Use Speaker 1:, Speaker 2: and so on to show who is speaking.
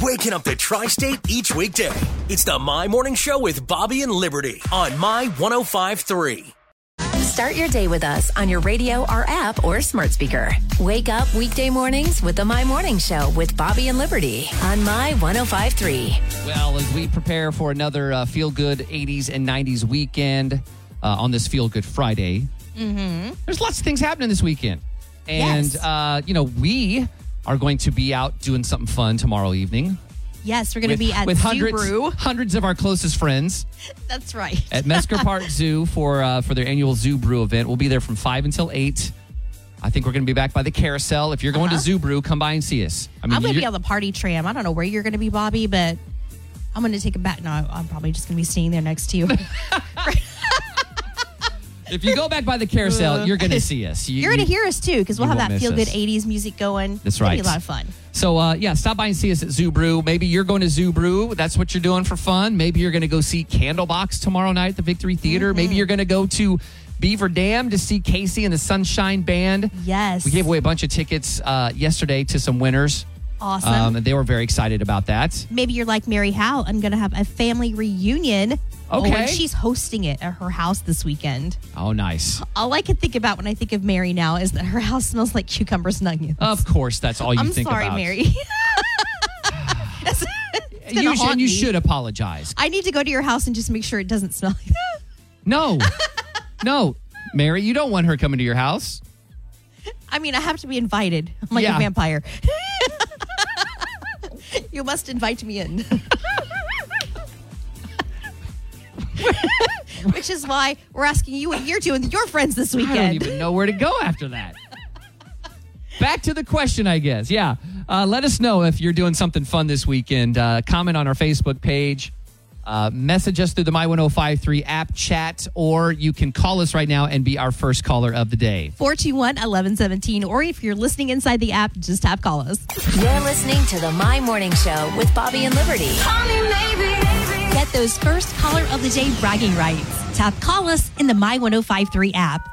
Speaker 1: waking up the tri state each weekday. It's the My Morning Show with Bobby and Liberty on My 1053.
Speaker 2: Start your day with us on your radio, our app, or smart speaker. Wake up weekday mornings with the My Morning Show with Bobby and Liberty on My 1053.
Speaker 3: Well, as we prepare for another uh, feel good 80s and 90s weekend uh, on this Feel Good Friday, there's lots of things happening this weekend. And,
Speaker 4: Mm-hmm. Yes.
Speaker 3: uh, you know, we are going to be out doing something fun tomorrow evening.
Speaker 4: Yes, we're going to be at
Speaker 3: with hundreds,
Speaker 4: Subaru.
Speaker 3: hundreds of our closest friends
Speaker 4: That's right.
Speaker 3: at Mesker Park Zoo for uh, for their annual Zoo Brew event. We'll be there from 5 until 8. I think we're going to be back by the carousel. If you're going to Zoo Brew, come by and see us. I mean,
Speaker 4: I'm going to
Speaker 3: you're-
Speaker 4: Uh-huh. be on the party tram. I don't know where you're going to be, Bobby, but I'm going to take a bat. No, I'm probably just going to be standing there next to you.
Speaker 3: if you go back by the carousel, you're going to see us. You-
Speaker 4: You're going
Speaker 3: you-
Speaker 4: to hear us too, because we'll
Speaker 3: you
Speaker 4: have
Speaker 3: won't
Speaker 4: that
Speaker 3: miss
Speaker 4: feel good
Speaker 3: us.
Speaker 4: 80s music going.
Speaker 3: That's
Speaker 4: It'll be
Speaker 3: right.
Speaker 4: a lot of fun.
Speaker 3: So uh, yeah, stop by and see us at Zoo Brew. Maybe you're going to Zoo Brew. That's what you're doing for fun. Maybe you're going to go see Candlebox tomorrow night at the Victory Theater.
Speaker 4: Mm-hmm.
Speaker 3: Maybe you're going to go to Beaver Dam to see Casey and the Sunshine Band.
Speaker 4: Yes.
Speaker 3: We gave away a bunch of tickets uh, yesterday to some winners.
Speaker 4: Awesome.
Speaker 3: Um, and they were very excited about that.
Speaker 4: Maybe you're like Mary Howe. I'm going to have a family reunion. Oh,
Speaker 3: Okay.
Speaker 4: and she's hosting it at her house this weekend.
Speaker 3: Oh, nice.
Speaker 4: All I can think about when I think of Mary now is that her house smells like cucumbers and onions.
Speaker 3: Of course, that's all Oh, you
Speaker 4: I'm
Speaker 3: think
Speaker 4: sorry,
Speaker 3: about.
Speaker 4: Mary.
Speaker 3: You
Speaker 4: gonna
Speaker 3: sh-
Speaker 4: haunt
Speaker 3: and you
Speaker 4: me.
Speaker 3: should apologize.
Speaker 4: I need to go to your house and just make sure it doesn't smell like that.
Speaker 3: No, no, Mary, you don't want her coming to your house.
Speaker 4: I mean, I have to be invited. I'm like
Speaker 3: Yeah.
Speaker 4: a vampire. you must invite me in. Which is why we're asking you what you're doing with your friends this
Speaker 3: I don't
Speaker 4: weekend.
Speaker 3: even know where to go after that. Back to the question, I guess. Yeah. Uh, let us know if you're doing something fun this weekend. Uh, comment on our Facebook page. Uh, message us through the My1053 app chat, or you can call us right now and be our first caller of the day.
Speaker 4: 421 1117. Or if you're listening inside the app, just tap call us.
Speaker 2: You're listening to the My Morning Show with Bobby and Liberty.
Speaker 4: Get those first caller of the day bragging rights. Tap call us in the My 1053 app.